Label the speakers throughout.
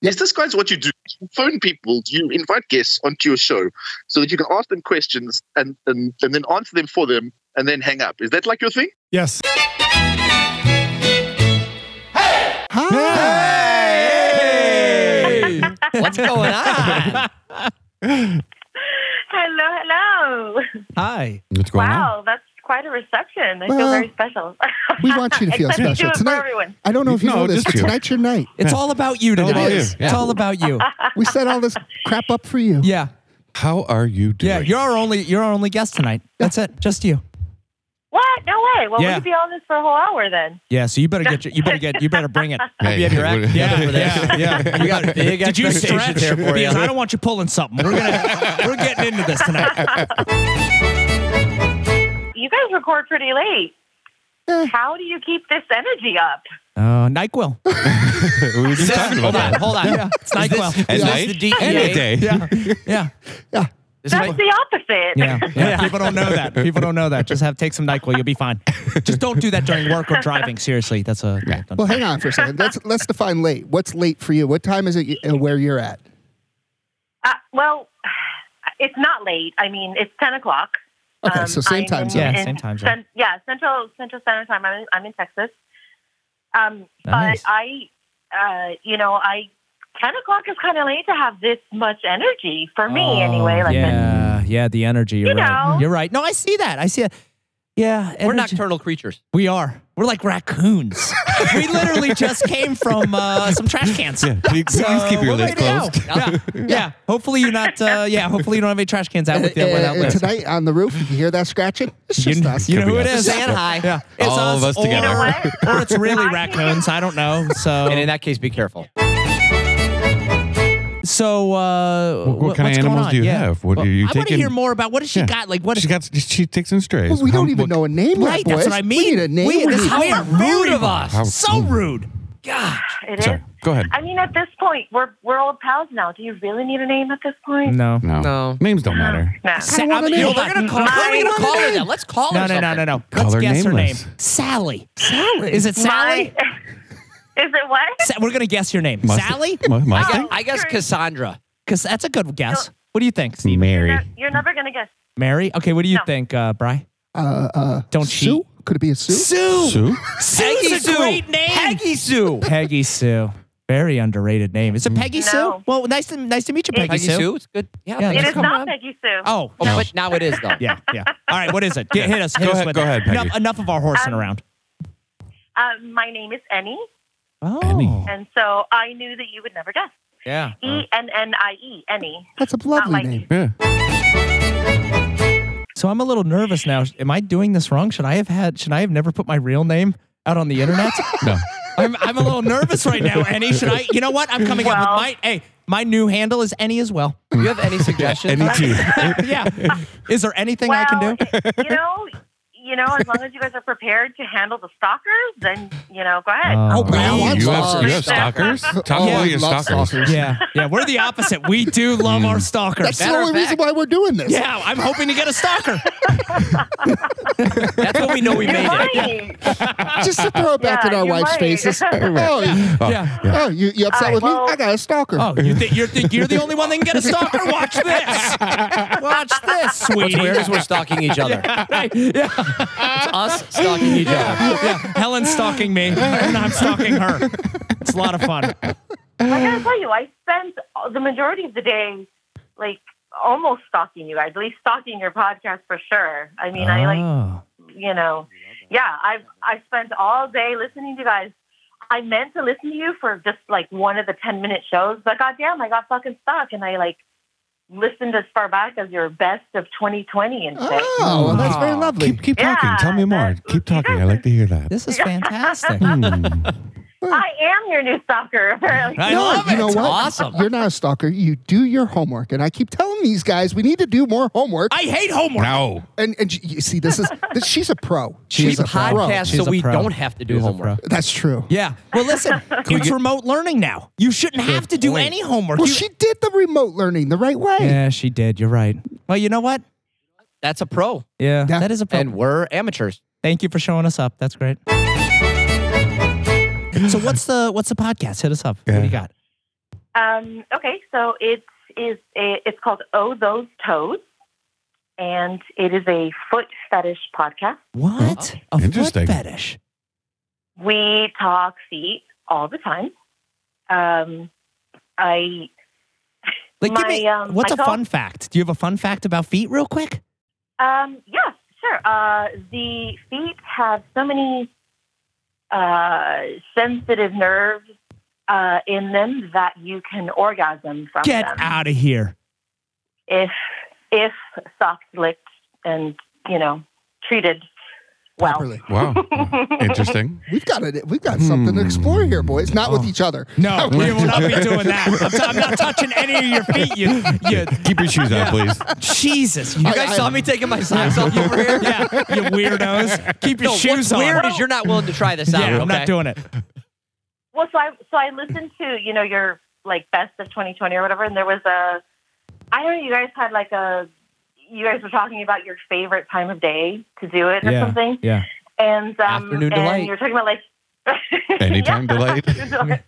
Speaker 1: Yes, this guy's what you do. You phone people, you invite guests onto your show so that you can ask them questions and, and, and then answer them for them and then hang up. Is that like your thing?
Speaker 2: Yes.
Speaker 3: Ah!
Speaker 4: Hey! What's going on?
Speaker 5: Hello, hello.
Speaker 4: Hi.
Speaker 6: What's going on?
Speaker 5: Wow, that's quite a reception. I feel
Speaker 3: Well,
Speaker 5: very special.
Speaker 3: we want you to feel
Speaker 5: Except you
Speaker 3: special.
Speaker 5: do it for
Speaker 3: Tonight-
Speaker 5: everyone.
Speaker 3: I don't know if you
Speaker 2: No,
Speaker 3: know this,
Speaker 2: just
Speaker 3: but
Speaker 2: you.
Speaker 3: tonight's your night.
Speaker 4: It's all about you
Speaker 2: All
Speaker 4: tonight.
Speaker 2: about you.
Speaker 4: It's
Speaker 6: Yeah.
Speaker 4: all about you.
Speaker 3: We set all this crap up for you.
Speaker 4: Yeah.
Speaker 6: How are you doing?
Speaker 4: Yeah. You're our only you're our only guest tonight. That's it. Just you.
Speaker 5: What? No way. Well,
Speaker 4: Yeah.
Speaker 5: we could be on this for a whole hour then.
Speaker 4: Yeah, so you better get your, you better get you better bring it.
Speaker 6: Hey,
Speaker 4: you have your act
Speaker 6: what-
Speaker 4: together for this.
Speaker 2: yeah, yeah.
Speaker 4: You got big Did you stretch?
Speaker 7: expectations there for
Speaker 4: because
Speaker 7: you.
Speaker 4: I don't want you pulling something. We're gonna we're getting into this tonight.
Speaker 5: You guys record pretty late.
Speaker 3: Eh.
Speaker 5: How do you keep this energy up?
Speaker 4: Uh, Nyquil.
Speaker 6: we were just talking about
Speaker 4: Hold on,
Speaker 6: that.
Speaker 4: hold on. Yeah. It's
Speaker 7: Is this,
Speaker 4: Nyquil.
Speaker 6: At
Speaker 7: is
Speaker 6: night
Speaker 7: this the DEA?
Speaker 6: and at day.
Speaker 4: Yeah, yeah,
Speaker 7: This is
Speaker 5: That's
Speaker 7: what-
Speaker 5: the opposite.
Speaker 4: yeah, yeah. People don't know that. People don't know that. Just have take some Nyquil. You'll be fine. Just don't do that during work or driving. Seriously, that's a. don't-
Speaker 3: Well, hang on for a second. Let's let's define late. What's late for you? What time is it you- uh, where you're at?
Speaker 5: Uh, well, it's not late. I mean, it's ten o'clock. Um,
Speaker 3: Okay, so same
Speaker 5: I'm
Speaker 3: time
Speaker 5: in-
Speaker 3: zone.
Speaker 4: Yeah,
Speaker 5: in
Speaker 4: same time zone.
Speaker 5: cen- yeah, central Central Standard Time. I'm in, I'm in Texas. Um,
Speaker 4: Nice.
Speaker 5: But I, uh, you know, I ten o'clock is kind of late to have this much energy for me, anyway. Like this.
Speaker 4: Oh, yeah, yeah. The energy. You're
Speaker 5: You
Speaker 4: right.
Speaker 5: know.
Speaker 4: You're right. No, I see that. I see it. Yeah,
Speaker 7: We're
Speaker 4: energy-
Speaker 7: nocturnal creatures.
Speaker 4: We are. We're like raccoons. we literally just came from uh, some trash cans.
Speaker 6: Yeah. Please,
Speaker 4: So,
Speaker 6: please keep your
Speaker 4: we're
Speaker 6: lid
Speaker 4: ready to
Speaker 6: closed.
Speaker 4: go. Yeah. yeah. Hopefully you're not. Uh, yeah. Hopefully you don't have any trash cans out with you.
Speaker 3: Uh,
Speaker 4: without
Speaker 3: uh,
Speaker 4: lids.
Speaker 3: tonight on the roof, you hear that scratching? It's just
Speaker 4: you,
Speaker 3: us.
Speaker 4: you know who
Speaker 6: Could
Speaker 4: it
Speaker 6: be
Speaker 4: is.
Speaker 6: us.
Speaker 4: And hi. Yeah. It's
Speaker 6: All of us
Speaker 4: or-
Speaker 6: together.
Speaker 5: You know what?
Speaker 4: Or it's really
Speaker 5: I
Speaker 4: raccoons. I don't know.
Speaker 7: And in
Speaker 4: So
Speaker 7: that case, be careful.
Speaker 4: so uh,
Speaker 6: What,
Speaker 4: wh-
Speaker 6: kind
Speaker 4: what's
Speaker 6: of
Speaker 4: going
Speaker 6: animals
Speaker 4: on?
Speaker 6: do you
Speaker 4: Yeah.
Speaker 6: have? What are you
Speaker 4: I
Speaker 6: taking?
Speaker 4: want to hear more about what has she
Speaker 6: Yeah.
Speaker 4: got? Like what?
Speaker 6: She got. She takes in strays.
Speaker 3: Well, we
Speaker 6: How-
Speaker 3: don't even
Speaker 6: what-
Speaker 3: know a name
Speaker 4: right.
Speaker 3: yet, boys.
Speaker 4: That's what I mean.
Speaker 3: We need a name.
Speaker 4: We,
Speaker 3: We
Speaker 4: this
Speaker 3: need-
Speaker 4: how
Speaker 7: we are
Speaker 4: rude
Speaker 7: rude
Speaker 4: of
Speaker 7: of
Speaker 4: us.
Speaker 6: How
Speaker 4: so rude. God.
Speaker 5: It is.
Speaker 6: Sorry. Go ahead.
Speaker 5: I mean, at this point, we're we're old pals now. Do you really need a name at this point?
Speaker 4: No.
Speaker 6: No.
Speaker 7: No.
Speaker 6: Names don't matter.
Speaker 5: No.
Speaker 4: Sa- I mean,
Speaker 7: Yo,
Speaker 4: hold
Speaker 7: we're
Speaker 4: on.
Speaker 7: gonna call. Who are we gonna call her? Then? Let's call
Speaker 4: No,
Speaker 7: her.
Speaker 4: no, no,
Speaker 7: something.
Speaker 4: no, no.
Speaker 6: Call
Speaker 4: Let's
Speaker 6: her
Speaker 4: guess
Speaker 6: nameless.
Speaker 4: her name. Sally. Sally. Is it Sally?
Speaker 5: My, is it what? Oh,
Speaker 4: Sa- we're gonna guess your name.
Speaker 6: Must-
Speaker 4: Sally?
Speaker 6: mu-
Speaker 7: I
Speaker 6: must
Speaker 7: guess,
Speaker 6: think?
Speaker 7: I guess Cassandra.
Speaker 4: Because that's a good guess. What do you think?
Speaker 6: Mary.
Speaker 5: You're never gonna guess.
Speaker 4: Mary? Okay, what do you
Speaker 5: No.
Speaker 4: think, uh, Bri?
Speaker 3: Uh, uh,
Speaker 4: Don't
Speaker 3: Sue?
Speaker 4: cheat.
Speaker 3: Could it be a Sue?
Speaker 4: Sue.
Speaker 6: Sue.
Speaker 4: Sue's a great name.
Speaker 7: Peggy Sue.
Speaker 4: Peggy Sue. Very underrated name. Is it Peggy
Speaker 5: No.
Speaker 4: Sue? Well, nice to nice to meet you, Peggy,
Speaker 7: Peggy
Speaker 4: Sue.
Speaker 7: Sue. It's good. Yeah.
Speaker 4: Yeah,
Speaker 7: that's
Speaker 5: It
Speaker 4: Let's
Speaker 5: is
Speaker 4: come
Speaker 5: not
Speaker 4: on.
Speaker 5: Peggy Sue.
Speaker 4: Oh,
Speaker 7: Oh,
Speaker 4: no.
Speaker 7: but now it is though.
Speaker 4: yeah, yeah. All right, what is it? Get, hit us. Hit
Speaker 6: Go
Speaker 4: us
Speaker 6: ahead-
Speaker 4: with
Speaker 6: go
Speaker 4: it.
Speaker 6: ahead, Peggy.
Speaker 4: Enough, enough of our horsing
Speaker 5: Um,
Speaker 4: around.
Speaker 5: Uh, my name is Annie,
Speaker 4: Oh,
Speaker 6: Annie.
Speaker 5: and so I knew that you would never guess.
Speaker 4: yeah.
Speaker 5: E N N I E, Annie.
Speaker 3: That's a lovely
Speaker 5: like-
Speaker 3: name.
Speaker 6: Yeah.
Speaker 4: So I'm a little nervous now. Am I doing this wrong? Should I have had? Should I have never put my real name out on the internet?
Speaker 6: No.
Speaker 4: I'm, I'm a little nervous right now, Annie. Should I? You know what? I'm coming up
Speaker 5: Well-
Speaker 4: with my. Hey, my new handle is Annie as well.
Speaker 6: Hmm.
Speaker 7: Do you have any suggestions?
Speaker 6: Any two.
Speaker 4: yeah. Is there anything
Speaker 5: well,
Speaker 4: I can do?
Speaker 5: it- you know, you know, as long as you guys are prepared to handle the stalkers, then you know, go ahead.
Speaker 4: Oh,
Speaker 3: wow.
Speaker 6: Wait,
Speaker 3: I'm
Speaker 6: you have
Speaker 3: sorry.
Speaker 6: you have stalkers. Talk about
Speaker 3: Oh, I
Speaker 6: your
Speaker 3: love
Speaker 6: stalkers.
Speaker 3: stalkers.
Speaker 4: Yeah, yeah. We're the opposite. We do love our stalkers.
Speaker 3: That's the
Speaker 7: Matter of
Speaker 3: only reason
Speaker 7: fact-
Speaker 3: why we're doing this.
Speaker 4: yeah, I'm hoping to get a stalker.
Speaker 7: That's what we know we
Speaker 5: You're
Speaker 7: made it.
Speaker 5: lying.
Speaker 3: Just to throw it back
Speaker 5: Yeah,
Speaker 3: in our
Speaker 5: you're
Speaker 3: wives'
Speaker 5: right.
Speaker 3: faces. Oh,
Speaker 6: Oh,
Speaker 4: Yeah.
Speaker 3: oh, you, you upset
Speaker 5: All right,
Speaker 3: with
Speaker 5: well-
Speaker 3: me? I got a stalker.
Speaker 4: Oh, you think you're, think you're the only one that can get a stalker? Watch this. Watch this,
Speaker 7: What's
Speaker 4: sweetie.
Speaker 7: weird is we're stalking each other.
Speaker 4: Right, yeah.
Speaker 7: It's us stalking each other.
Speaker 4: yeah, Helen's stalking me, and I'm stalking her. It's a lot of fun.
Speaker 5: I gotta tell you, I spent the majority of the day, like, almost stalking you guys. At least stalking your podcast for sure. I mean, I like you know, yeah, I've I spent all day listening to you guys. I meant to listen to you for just like one of the ten minute shows, but goddamn, I got fucking stuck, and I like listened as far back as your best of 2020 and shit.
Speaker 3: Oh, well, that's very
Speaker 4: Aw.
Speaker 3: lovely.
Speaker 6: Keep keep
Speaker 5: Yeah,
Speaker 6: talking. Tell me more.
Speaker 5: that-
Speaker 6: Keep talking. I like to hear that.
Speaker 4: This is fantastic.
Speaker 6: Hmm.
Speaker 5: I am your new stalker. apparently.
Speaker 4: I
Speaker 3: No,
Speaker 4: love
Speaker 3: you
Speaker 4: it.
Speaker 3: know
Speaker 4: It's
Speaker 3: what?
Speaker 4: awesome.
Speaker 3: You're not a stalker. You do your homework, and I keep telling these guys we need to do more homework.
Speaker 4: I hate homework.
Speaker 6: No.
Speaker 3: and and you see, this is this, she's a pro.
Speaker 7: She's
Speaker 3: She's a
Speaker 7: podcast,
Speaker 4: She's
Speaker 7: so
Speaker 4: a
Speaker 7: we
Speaker 4: pro.
Speaker 7: don't have to do
Speaker 4: She's a
Speaker 7: homework.
Speaker 3: pro. That's true.
Speaker 4: Yeah. Well, listen, it's remote learning now. You shouldn't have to do
Speaker 7: point.
Speaker 4: any homework.
Speaker 3: Well,
Speaker 4: You-
Speaker 3: she did the remote learning the right way.
Speaker 4: yeah, she did. You're right. Well, you know what?
Speaker 7: That's a pro,
Speaker 4: Yeah,
Speaker 3: Yeah.
Speaker 4: that is a problem.
Speaker 7: and we're amateurs.
Speaker 4: Thank you for showing us up. That's great. So what's the what's the podcast? Hit us up. What do
Speaker 6: Yeah.
Speaker 4: you got?
Speaker 5: Um, okay, so it is a, it's called Oh Those Toes, and it is a foot fetish podcast.
Speaker 4: What? A
Speaker 6: Interesting.
Speaker 4: foot fetish.
Speaker 5: We talk feet all the time. Um, I
Speaker 4: Like, give
Speaker 5: My,
Speaker 4: me,
Speaker 5: um,
Speaker 4: what's
Speaker 5: my
Speaker 4: a
Speaker 5: dog-
Speaker 4: fun fact? Do you have a fun fact about feet, real quick?
Speaker 5: Um, yeah, sure. Uh, the feet have so many uh, sensitive nerves uh, in them that you can orgasm from
Speaker 4: Get
Speaker 5: them
Speaker 4: out of here.
Speaker 5: if if socked, licked, and you know treated well.
Speaker 3: Properly.
Speaker 6: Wow. Interesting.
Speaker 3: We've got it. We've got something to
Speaker 4: Hmm.
Speaker 3: explore here, boys. Not
Speaker 4: Oh.
Speaker 3: with each other.
Speaker 4: No, we will not be doing that. I'm, t- I'm not touching any of your feet. You, you
Speaker 6: Keep your shoes on, please.
Speaker 4: Jesus, you
Speaker 7: You
Speaker 3: I-
Speaker 7: guys
Speaker 3: I-
Speaker 7: saw me taking my socks off over here?
Speaker 4: yeah, you weirdos. Keep your
Speaker 7: No,
Speaker 4: shoes
Speaker 7: what's
Speaker 4: on.
Speaker 7: weird is you're not willing to try this
Speaker 4: yeah,
Speaker 7: out.
Speaker 4: I'm
Speaker 7: okay?
Speaker 4: not doing it.
Speaker 5: Well, so I so I listened to you know your like best of 2020 or whatever, and there was a I don't know you guys had like a you guys were talking about your favorite time of day to do it or
Speaker 4: Yeah,
Speaker 5: something.
Speaker 4: yeah.
Speaker 5: And um,
Speaker 7: Afternoon
Speaker 5: and
Speaker 7: delight.
Speaker 5: You're talking about like
Speaker 6: Anytime delight.
Speaker 5: afternoon delight.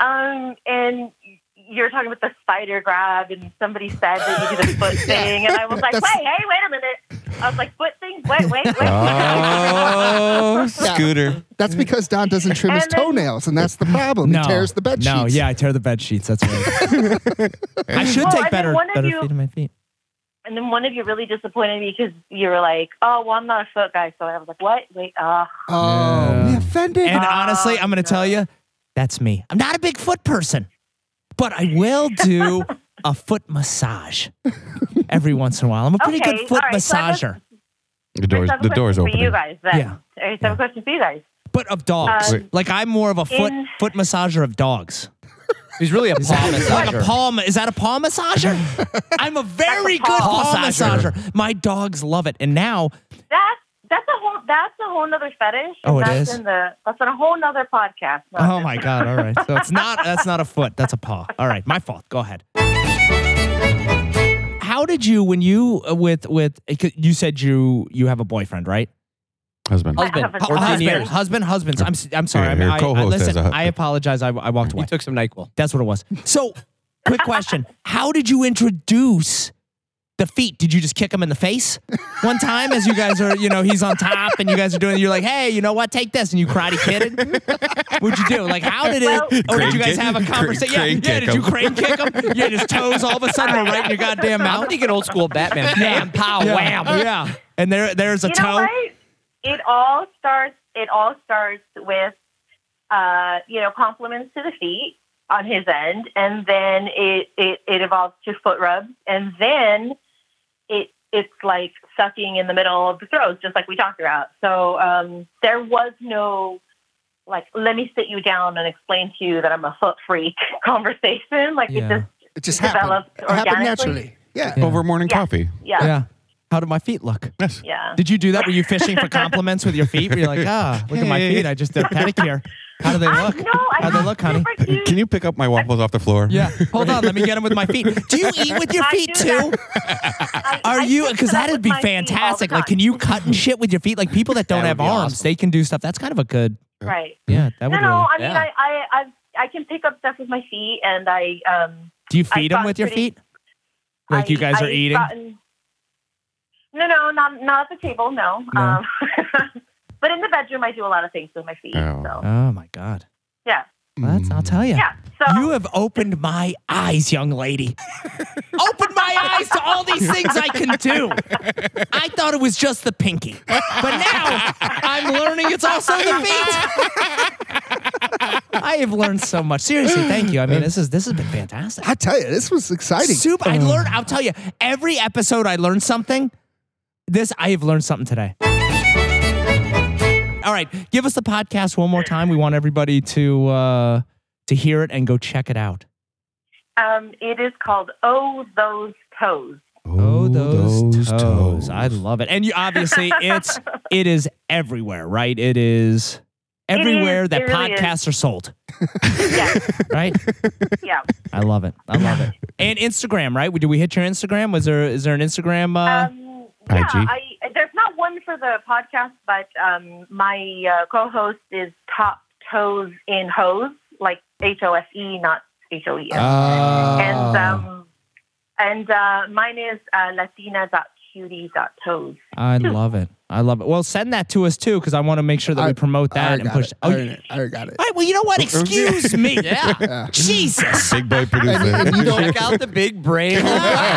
Speaker 5: um, and you're talking about the spider grab, and somebody said that you do the foot thing, and I was like, wait,
Speaker 3: That's-
Speaker 5: hey, wait a minute. I was like, foot thing, wait, wait, wait.
Speaker 4: Uh,
Speaker 6: Oh, scooter.
Speaker 3: That's because Don doesn't trim his
Speaker 5: And then-
Speaker 3: toenails, and that's the problem.
Speaker 4: No,
Speaker 3: He tears the bed sheets.
Speaker 4: No, yeah, I tear the bed sheets. That's right. I should
Speaker 5: Well, Oh, I
Speaker 4: take
Speaker 5: mean,
Speaker 4: better
Speaker 5: one of
Speaker 4: better
Speaker 5: you-
Speaker 4: feet on my feet.
Speaker 5: And then one of you really disappointed me because you were like, "Oh, well, I'm not a foot guy." So I was like, "What? Wait, uh,
Speaker 3: Oh,
Speaker 4: Yeah.
Speaker 3: we offended.
Speaker 4: And honestly,
Speaker 5: Oh,
Speaker 4: I'm going to tell you, that's me. I'm not a big foot person, but I will do a foot massage every once in a while. I'm a pretty
Speaker 5: Okay,
Speaker 4: good foot
Speaker 5: all right, so I
Speaker 4: massager,
Speaker 5: just-
Speaker 6: The doors.
Speaker 5: I just have a
Speaker 6: The doors
Speaker 5: question
Speaker 6: open.
Speaker 5: for you guys." Then.
Speaker 4: Yeah.
Speaker 5: I just have a question for you guys.
Speaker 4: but of dogs.
Speaker 6: Um,
Speaker 4: like I'm more of a foot
Speaker 5: in-
Speaker 4: foot massager of dogs.
Speaker 7: He's really a palm
Speaker 4: Like a
Speaker 7: massager.
Speaker 4: palm. Is that a paw massager? I'm a very good
Speaker 5: That's a
Speaker 4: paw,
Speaker 5: paw
Speaker 4: massager.
Speaker 7: massager.
Speaker 4: My dogs love it. And now,
Speaker 5: That's that's a whole that's a whole nother fetish. and
Speaker 4: Oh, it
Speaker 5: that's
Speaker 4: is?
Speaker 5: In the, that's on a whole nother podcast. No,
Speaker 4: oh my god! All right, so it's not that's not a foot. That's a paw. All right, my fault. Go ahead. How did you when you uh, with with you said you you have a boyfriend right?
Speaker 6: Husband.
Speaker 5: I-
Speaker 7: Husband,
Speaker 5: I have a-
Speaker 7: 14
Speaker 4: husband,
Speaker 7: years.
Speaker 4: husband, husband. I'm s- I'm sorry.
Speaker 6: Yeah,
Speaker 4: I'm,
Speaker 6: your
Speaker 4: I, I,
Speaker 6: co-host
Speaker 4: listen,
Speaker 6: has a hu-
Speaker 4: I apologize. I, I walked
Speaker 7: He
Speaker 4: away.
Speaker 7: took some NyQuil.
Speaker 4: That's what it was. So, quick question: How did you introduce the feet? Did you just kick him in the face one time as you guys are, you know, he's on top and you guys are doing? You're like, hey, you know what? Take this, and you karate kidded. What'd you do? Like, how did it?
Speaker 5: Well-
Speaker 4: or did you guys
Speaker 6: Crane
Speaker 4: have a
Speaker 6: kick-
Speaker 4: conversation? Yeah,
Speaker 6: crane
Speaker 4: yeah.
Speaker 6: kick
Speaker 4: Did you
Speaker 6: him.
Speaker 4: crane kick him? Yeah, his toes all of a sudden were right in your goddamn
Speaker 7: I'm
Speaker 4: mouth.
Speaker 7: thinking old school Batman. Bam, pow,
Speaker 4: Yeah,
Speaker 7: wham.
Speaker 4: Yeah. And there, there's a
Speaker 5: you know
Speaker 4: toe.
Speaker 5: what? It all starts. It all starts with, uh, you know, compliments to the feet on his end, and then it it, it evolves to foot rubs, and then it it's like sucking in the middle of the throat, just like we talked about. So um, there was no like, let me sit you down and explain to you that I'm a foot freak conversation. Like
Speaker 4: Yeah.
Speaker 5: it just
Speaker 3: it just happened.
Speaker 5: developed
Speaker 3: It happened
Speaker 5: organically.
Speaker 3: naturally. Yeah.
Speaker 4: Yeah.
Speaker 6: Over morning
Speaker 5: Yeah.
Speaker 6: coffee.
Speaker 5: Yeah,
Speaker 4: Yeah. How did my feet look?
Speaker 6: Yes.
Speaker 5: yeah.
Speaker 4: Did you do that? Were you fishing for compliments with your feet? Were you like, ah, look at my
Speaker 6: Hey.
Speaker 4: feet. I just did a pedicure. How do they
Speaker 5: I,
Speaker 4: look?
Speaker 5: no, I
Speaker 4: How'd they
Speaker 5: have
Speaker 4: look, honey?
Speaker 5: super cute-
Speaker 6: Can you pick up my waffles off the floor?
Speaker 4: Yeah. Hold on. Let me get them with my feet. Do you eat with your
Speaker 5: I
Speaker 4: feet
Speaker 5: do
Speaker 4: too?
Speaker 5: I-
Speaker 4: Are
Speaker 5: I
Speaker 4: you?
Speaker 5: fix
Speaker 4: Because
Speaker 5: it up
Speaker 4: that'd
Speaker 5: with
Speaker 4: be
Speaker 5: my feet all the
Speaker 4: fantastic. Like,
Speaker 5: time.
Speaker 4: can you cut and shit with your feet? Like people that don't
Speaker 7: That would
Speaker 4: have
Speaker 7: be
Speaker 4: arms,
Speaker 7: awesome.
Speaker 4: they can do stuff. That's kind of a good.
Speaker 5: Right.
Speaker 4: Yeah. That would
Speaker 5: no,
Speaker 4: really.
Speaker 5: no. I mean,
Speaker 7: yeah.
Speaker 5: I, I, I've, I can pick up stuff with my feet, and I, um,
Speaker 4: Do you feed them
Speaker 5: thought
Speaker 4: with your
Speaker 5: pretty-
Speaker 4: feet? Like you
Speaker 5: I-
Speaker 4: guys are
Speaker 5: I've
Speaker 4: eating.
Speaker 5: gotten- no, no, not not at the table. No.
Speaker 4: No.
Speaker 5: Um, but in the bedroom, I do a lot of things with my feet.
Speaker 6: Oh.
Speaker 5: So
Speaker 4: Oh my god.
Speaker 5: yeah,
Speaker 6: Hmm.
Speaker 4: Well, That's. I'll tell you.
Speaker 5: yeah. So
Speaker 4: You have opened my eyes, young lady. Open my eyes to all these things I can do. I thought it was just the pinky, but now I'm learning it's also the feet. I have learned so much. Seriously, thank you. I mean, this is this has been fantastic.
Speaker 3: I tell you, this was exciting.
Speaker 4: Super. I learned. I'll tell you. Every episode, I learned something. This I have learned something today. All right, give us the podcast one more time. We want everybody to uh, to hear it and go check it out.
Speaker 5: um, it is called "Oh Those Toes."
Speaker 4: Oh, those, toes. I love it. And you obviously it's it is everywhere, right? It is
Speaker 5: is.
Speaker 4: everywhere that
Speaker 5: It really
Speaker 4: podcasts are sold,
Speaker 5: Yeah,
Speaker 4: right?
Speaker 5: yeah.
Speaker 4: I love it. I love it. And Instagram, right? Did we hit your Instagram? Was there is there an Instagram uh,
Speaker 5: Um,
Speaker 6: IG?
Speaker 5: yeah, I, there's not one for the podcast, but um, my uh, co-host is Top Toes in Hose, like H O S E, not H O E S.
Speaker 4: Oh.
Speaker 5: And um, and uh, mine is uh, latina.cutie.toes.
Speaker 4: I love it. I love it. Well, send that to us too, because I want to make sure that
Speaker 3: I-
Speaker 4: we promote
Speaker 3: I
Speaker 4: that and
Speaker 3: got
Speaker 4: push.
Speaker 3: it. I
Speaker 4: Oh, you-
Speaker 3: already- I already got it.
Speaker 4: all right. Well, you know what? Excuse me.
Speaker 7: Yeah.
Speaker 4: Jesus.
Speaker 6: Big boy
Speaker 3: And you
Speaker 6: producer.
Speaker 3: don't-
Speaker 7: Check out the big brain.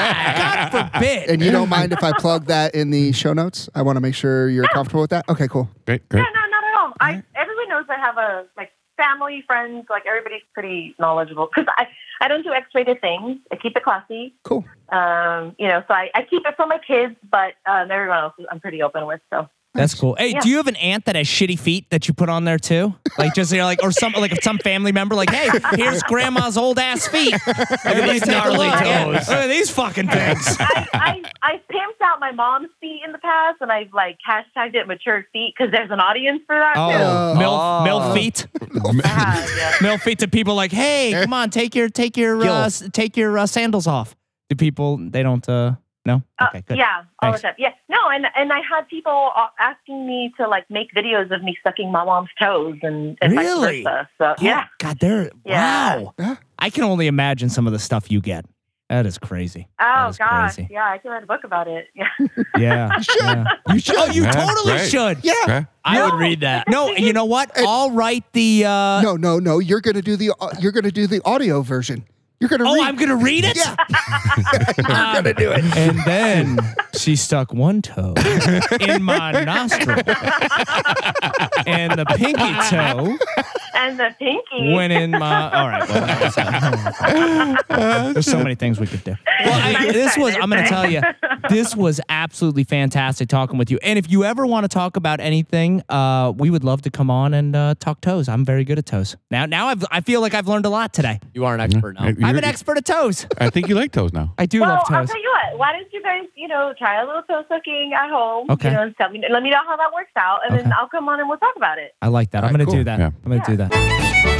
Speaker 4: God forbid.
Speaker 3: And you don't mind if I plug that in the show notes? I want to make sure you're comfortable with that. Okay, cool.
Speaker 6: Great, great.
Speaker 5: Yeah, no, not at all. I everyone knows I have a like family, friends, like everybody's pretty knowledgeable because I I don't do X-rated things. I keep it classy.
Speaker 3: Cool.
Speaker 5: Um, you know, so I, I keep it for my kids, but um, everyone else I'm pretty open with. So
Speaker 4: That's cool. Hey,
Speaker 5: Yeah.
Speaker 4: do you have an aunt that has shitty feet that you put on there too? Like just you know, like or some like some family member like, hey, here's grandma's old ass feet. Everybody's
Speaker 7: gnarly toes.
Speaker 4: Look at these fucking things.
Speaker 5: I, I I pimped out my mom's feet in the past, and I've like hashtagged it mature feet because there's an audience for that.
Speaker 4: Oh,
Speaker 3: Uh,
Speaker 5: too.
Speaker 4: milf, milf
Speaker 7: Oh.
Speaker 4: feet,
Speaker 5: Uh, yeah.
Speaker 4: milf feet to people like, hey,
Speaker 7: Eh.
Speaker 4: come on, take your take your uh, s- take your uh, sandals off. Do people they don't uh no?
Speaker 5: Uh,
Speaker 4: Okay, good.
Speaker 5: yeah, all the
Speaker 4: Thanks.
Speaker 5: time. Yeah, no, and and I had people uh, asking me to like make videos of me sucking my mom's toes and, and vice
Speaker 4: Really?
Speaker 5: versa. So
Speaker 4: Oh,
Speaker 5: yeah,
Speaker 4: God, they're
Speaker 5: Yeah.
Speaker 4: wow.
Speaker 3: Yeah.
Speaker 4: I can only imagine some of the stuff you get. That is crazy. That
Speaker 5: oh
Speaker 4: is
Speaker 5: gosh,
Speaker 4: crazy.
Speaker 5: yeah, I can write a book about it. Yeah,
Speaker 4: Yeah.
Speaker 3: You should.
Speaker 4: yeah. You should. Oh, you
Speaker 6: Yeah,
Speaker 4: totally
Speaker 6: right.
Speaker 4: should.
Speaker 3: Yeah.
Speaker 6: Okay.
Speaker 7: I
Speaker 5: No.
Speaker 7: would read that.
Speaker 4: No, you know what? I'll write the. Uh,
Speaker 3: No, no, no. You're gonna do the uh, you're gonna do the audio version. You're gonna.
Speaker 4: Oh,
Speaker 3: read.
Speaker 4: I'm gonna read it.
Speaker 3: Yeah. You're gonna do it.
Speaker 4: And then she stuck one toe in my nostril, and the pinky toe
Speaker 5: and the pinky.
Speaker 4: went in my. All right. Well, that was- There's so many things we could do. Well, I, this was, I'm going to tell you, this was absolutely fantastic talking with you. And if you ever want to talk about anything, uh, we would love to come on and uh, talk toes. I'm very good at toes. Now, now I've, I feel like I've learned a lot today.
Speaker 7: You are an expert now.
Speaker 6: You're-
Speaker 4: I'm an expert at toes.
Speaker 6: I think you like toes now.
Speaker 4: I do
Speaker 5: well,
Speaker 4: love
Speaker 5: I'll
Speaker 4: toes.
Speaker 5: tell you what. Why don't you guys, you know, try a little toe sucking at home?
Speaker 4: Okay.
Speaker 5: You know, and tell me, let me know how that works out, and
Speaker 4: Okay.
Speaker 5: then I'll come on and we'll talk about it.
Speaker 4: I like that. I'm
Speaker 3: All right,
Speaker 4: going to
Speaker 3: cool.
Speaker 4: do that.
Speaker 6: Yeah.
Speaker 4: I'm going to do that.